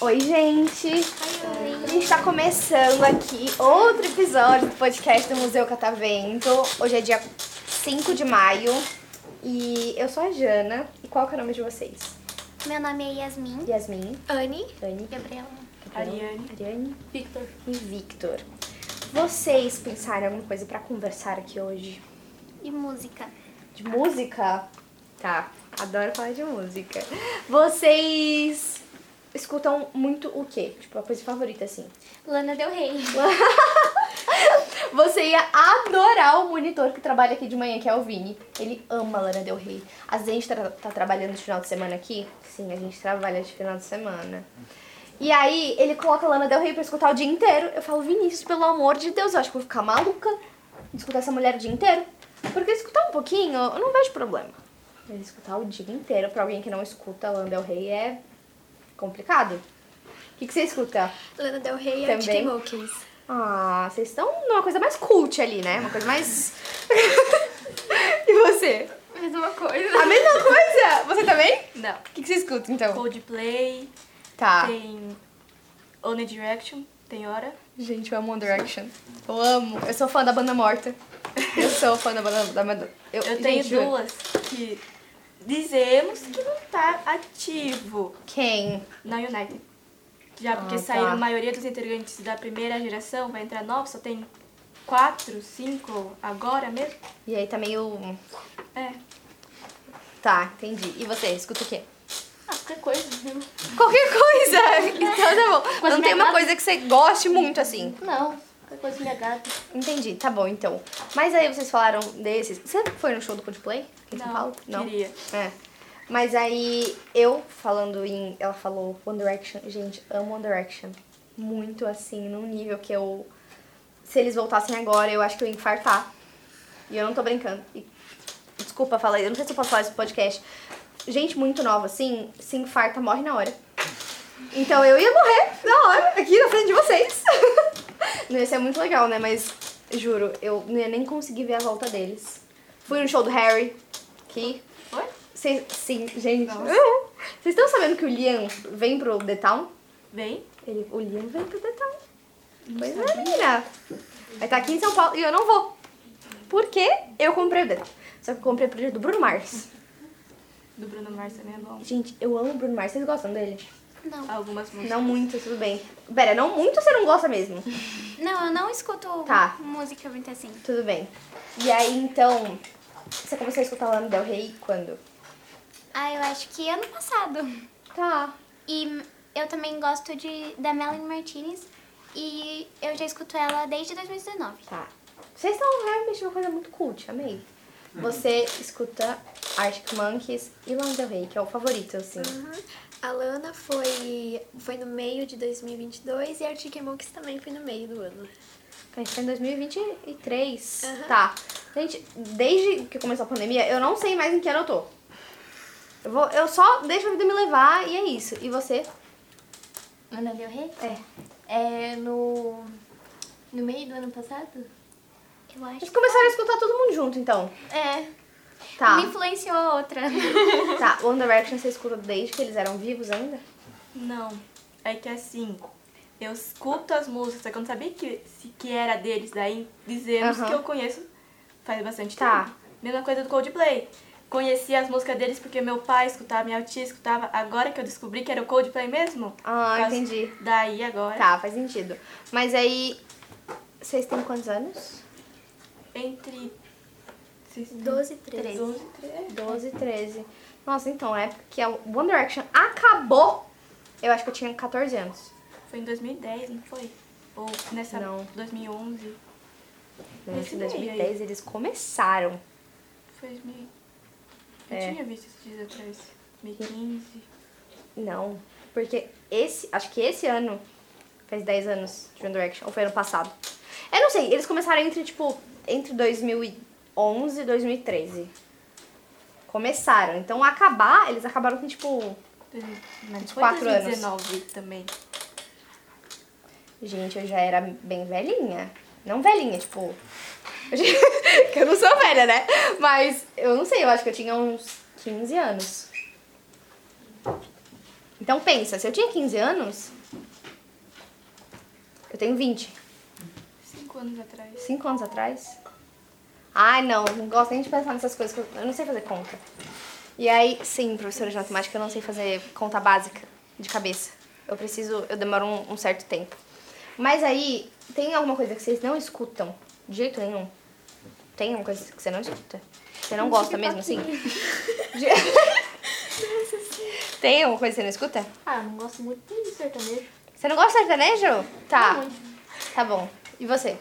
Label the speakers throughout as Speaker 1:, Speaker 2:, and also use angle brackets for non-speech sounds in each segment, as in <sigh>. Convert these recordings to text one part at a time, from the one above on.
Speaker 1: Oi, gente! A gente está começando aqui outro episódio do podcast do Museu Catavento. Hoje é dia 5 de maio e eu sou a Jana. E qual que é o nome de vocês?
Speaker 2: Meu nome é Yasmin.
Speaker 1: Yasmin,
Speaker 2: Anne.
Speaker 1: Dani,
Speaker 2: Gabriela.
Speaker 1: Ariane, Ariane
Speaker 3: Victor.
Speaker 1: e Victor. Vocês pensaram em alguma coisa pra conversar aqui hoje?
Speaker 2: E música.
Speaker 1: De música? Tá, adoro falar de música. Vocês escutam muito o quê? Tipo, a coisa favorita, assim.
Speaker 2: Lana Del Rey.
Speaker 1: Você ia adorar o monitor que trabalha aqui de manhã, que é o Vini. Ele ama a Lana Del Rey. A gente tá, tá trabalhando de final de semana aqui? Sim, a gente trabalha de final de semana. E aí, ele coloca a Lana Del Rey pra escutar o dia inteiro. Eu falo, Vinícius, pelo amor de Deus, eu acho que eu vou ficar maluca de escutar essa mulher o dia inteiro. Porque escutar um pouquinho, eu não vejo problema. Mas escutar o dia inteiro pra alguém que não escuta a Lana Del Rey é complicado. O que, que você escuta?
Speaker 2: Lana Del Rey
Speaker 1: Também. Arctic Ah, vocês estão numa coisa mais cult ali, né? Uma coisa mais. <laughs> e você?
Speaker 3: Mesma
Speaker 1: A
Speaker 3: coisa.
Speaker 1: mesma coisa? Você também?
Speaker 3: Não.
Speaker 1: O que, que você escuta então?
Speaker 3: Coldplay,
Speaker 1: Tá.
Speaker 3: tem One Direction, tem Hora.
Speaker 1: Gente, eu amo One Direction. Eu amo. Eu sou fã da banda morta. Eu sou fã da banda. Da banda...
Speaker 3: Eu tenho
Speaker 1: gente,
Speaker 3: duas que dizemos que não tá ativo
Speaker 1: Quem?
Speaker 3: na United. Já porque
Speaker 1: Ah, tá.
Speaker 3: saíram a maioria dos integrantes da primeira geração, vai entrar novos, só tem quatro, cinco agora mesmo.
Speaker 1: E aí tá meio.
Speaker 3: É,
Speaker 1: Tá, entendi. E você, escuta o quê?
Speaker 3: ah, qualquer coisa. né?
Speaker 1: Qualquer coisa! <laughs> Então tá bom.
Speaker 2: Mas
Speaker 1: Não tem
Speaker 2: minha
Speaker 1: uma
Speaker 2: nota-
Speaker 1: coisa que você goste muito assim.
Speaker 2: Não. Qualquer coisa minha gata.
Speaker 1: Entendi, tá bom então. Mas aí vocês falaram desses. Você foi no show do Coldplay? Em São
Speaker 3: Não,
Speaker 1: Paulo?
Speaker 3: queria.
Speaker 1: É. Mas aí eu falando em. Ela falou One Direction. Gente, amo One Direction. Muito assim, num nível que eu. Se eles voltassem agora, eu acho que eu ia infartar. E eu não tô brincando. E- desculpa falar, eu não sei se eu posso falar isso no podcast. Gente muito nova, assim, se infarta, morre na hora. Então eu ia morrer na hora, aqui na frente de vocês. <laughs> Não ia ser muito legal, né? Mas juro, eu não ia nem conseguir ver a volta deles. Fui no show do Harry, que.
Speaker 3: Foi?
Speaker 1: Cês- sim, gente.
Speaker 3: Nossa.
Speaker 1: <laughs> Vocês estão sabendo que o Liam vem pro The Town?
Speaker 3: Bem,
Speaker 1: Ele, o Liam vem pro The Town. Pois é, menina. Vai estar aqui em São Paulo e eu não vou. Porque eu comprei o dele. Só que eu comprei o projeto do Bruno Mars.
Speaker 3: do Bruno Mars também é bom.
Speaker 1: Gente, eu amo o Bruno Mars. Vocês gostam dele?
Speaker 2: Não.
Speaker 3: Algumas músicas.
Speaker 1: Não muito, tudo bem. Pera, não muito você não gosta mesmo.
Speaker 2: Não, eu não escuto
Speaker 1: Tá.
Speaker 2: música muito assim.
Speaker 1: Tudo bem. E aí, então, você começou a escutar Lana Del Rey quando?
Speaker 2: Ah, eu acho que ano passado.
Speaker 1: Tá.
Speaker 2: E eu também gosto de da Melanie Martinez. E eu já escuto ela desde 2019.
Speaker 1: Tá. Vocês estão realmente uma coisa muito cult, amei. Você escuta Arctic Monkeys e Lana Del Rey, que é o favorito, assim.
Speaker 4: Uhum. A Lana foi, foi no meio de 2022 e a Arctic Monkeys também foi no meio do ano.
Speaker 1: A gente tá em 2023.
Speaker 4: Aham.
Speaker 1: Tá. Gente, desde que começou a pandemia, eu não sei mais em que ano eu tô. Eu, vou, eu só deixo a vida me levar e é isso. E você?
Speaker 5: Ana Del Rey?
Speaker 1: É.
Speaker 5: É no. No meio do ano passado?
Speaker 2: Eu acho.
Speaker 1: Vocês começaram a escutar todo mundo junto, então.
Speaker 5: É.
Speaker 1: Tá.
Speaker 2: Me influenciou a <laughs> outra.
Speaker 1: Tá. One Direction você escuta desde que eles eram vivos ainda?
Speaker 3: Não, é que assim, eu escuto as músicas, só que eu não sabia que, se, que era deles, daí dizemos
Speaker 1: Aham.
Speaker 3: que eu conheço faz bastante
Speaker 1: Tá.
Speaker 3: tempo. Mesma coisa do Coldplay. Conheci as músicas deles porque meu pai escutava, minha tia escutava. Agora que eu descobri que era o Coldplay mesmo.
Speaker 1: Ah,
Speaker 3: por causa-
Speaker 1: entendi.
Speaker 3: Daí agora.
Speaker 1: Tá, faz sentido. Mas aí. Vocês têm quantos anos?
Speaker 3: Entre. seis-
Speaker 4: 12 e 13.
Speaker 3: doze e treze.
Speaker 1: 12, 13. Nossa, então, a época que a One Direction acabou, eu acho que eu tinha 14 anos.
Speaker 3: Foi em 2010, não foi? Ou nessa.
Speaker 1: Não.
Speaker 3: 2011.
Speaker 1: Acho
Speaker 3: Esse
Speaker 1: que em
Speaker 3: daí.
Speaker 1: 2010 eles começaram.
Speaker 3: Foi 2000.
Speaker 1: É.
Speaker 3: Eu tinha visto esses dias atrás. 2015.
Speaker 1: Não, porque esse, acho que esse ano faz 10 anos de One Direction, ou foi ano passado. Eu não sei, eles começaram entre tipo entre 2011 e 2013. Começaram, então acabar, eles acabaram com tipo
Speaker 3: Mas
Speaker 1: quatro anos.
Speaker 3: 2019 também.
Speaker 1: Gente, eu já era bem velhinha. Não velhinha, tipo. <laughs> que eu não sou velha, né? Mas eu não sei, eu acho que eu tinha uns 15 anos. Então pensa, se eu tinha 15 anos. Eu tenho 20.
Speaker 3: Cinco anos atrás.
Speaker 1: Cinco anos atrás? Ai, não, não gosto nem de pensar nessas coisas, que eu eu não sei fazer conta. E aí, sim, professora de matemática, eu não sei fazer conta básica de cabeça. Eu preciso, eu demoro um, um certo tempo. Mas aí, tem alguma coisa que vocês não escutam de jeito nenhum? Tem alguma coisa que você não escuta? Você não gosta
Speaker 5: tá
Speaker 1: mesmo, assim? De- <laughs> tem alguma coisa que você não escuta?
Speaker 5: Ah, não gosto muito de sertanejo.
Speaker 1: Você não gosta de sertanejo? Tá. Tá bom. E você?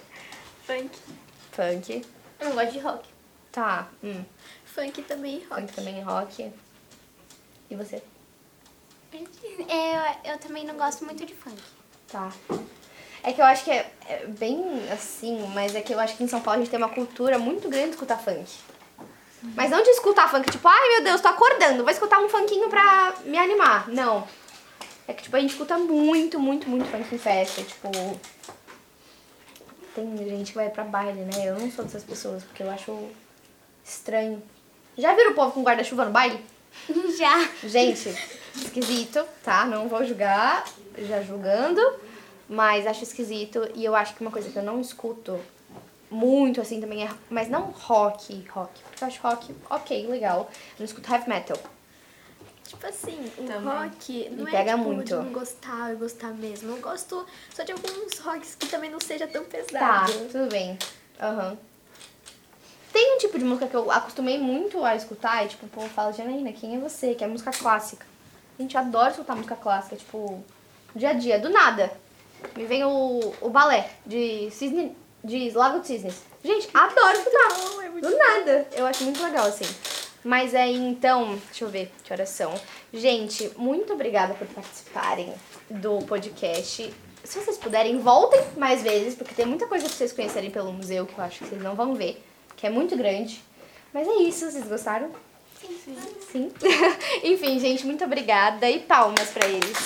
Speaker 3: Funk.
Speaker 1: Funk.
Speaker 5: Eu não gosto de rock.
Speaker 1: Tá. Hum.
Speaker 4: Funk também e rock.
Speaker 1: Funk também é rock. E você?
Speaker 2: É, Eu, eu também não gosto muito de funk.
Speaker 1: Tá. É que eu acho que é, é bem assim, mas é que eu acho que em São Paulo a gente tem uma cultura muito grande de escutar funk. Mas não de escutar funk, tipo, ai meu Deus, tô acordando, vou escutar um funkinho pra me animar. Não. É que, tipo, a gente escuta muito, muito, muito funk em festa. Tipo. Tem gente que vai pra baile, né? Eu não sou dessas pessoas, porque eu acho estranho. Já viram o povo com guarda-chuva no baile?
Speaker 2: Já.
Speaker 1: Gente, esquisito, tá? Não vou julgar, já julgando, mas acho esquisito e eu acho que uma coisa que eu não escuto muito assim também é, mas não rock, rock, porque eu acho rock ok, legal. Eu não escuto heavy metal.
Speaker 4: Tipo assim, o
Speaker 3: Também.
Speaker 4: rock não
Speaker 1: Me
Speaker 4: é
Speaker 1: pega
Speaker 4: tipo,
Speaker 1: muito.
Speaker 4: de não gostar e gostar mesmo. Eu gosto só de alguns rocks que também não seja tão
Speaker 1: Tá,
Speaker 4: pesado.
Speaker 1: tudo bem. Aham. Tem um tipo de música que eu acostumei muito a escutar e, tipo, o povo fala, Janaína, quem é você? Que é música clássica. A gente adora escutar música clássica, tipo, dia a dia, do nada. Me vem o, o balé de Cisne, de Lago de Cisnes. Gente, adoro escutar.
Speaker 4: bom, é muito
Speaker 1: do nada. Eu acho muito legal, assim. Mas aí, então, deixa eu ver que horas são. Gente, muito obrigada por participarem do podcast. Se vocês puderem, voltem mais vezes, porque tem muita coisa pra vocês conhecerem pelo museu que eu acho que vocês não vão ver, que é muito grande. Mas é isso, vocês gostaram? Sim. <laughs> Enfim, gente, muito obrigada e palmas pra eles.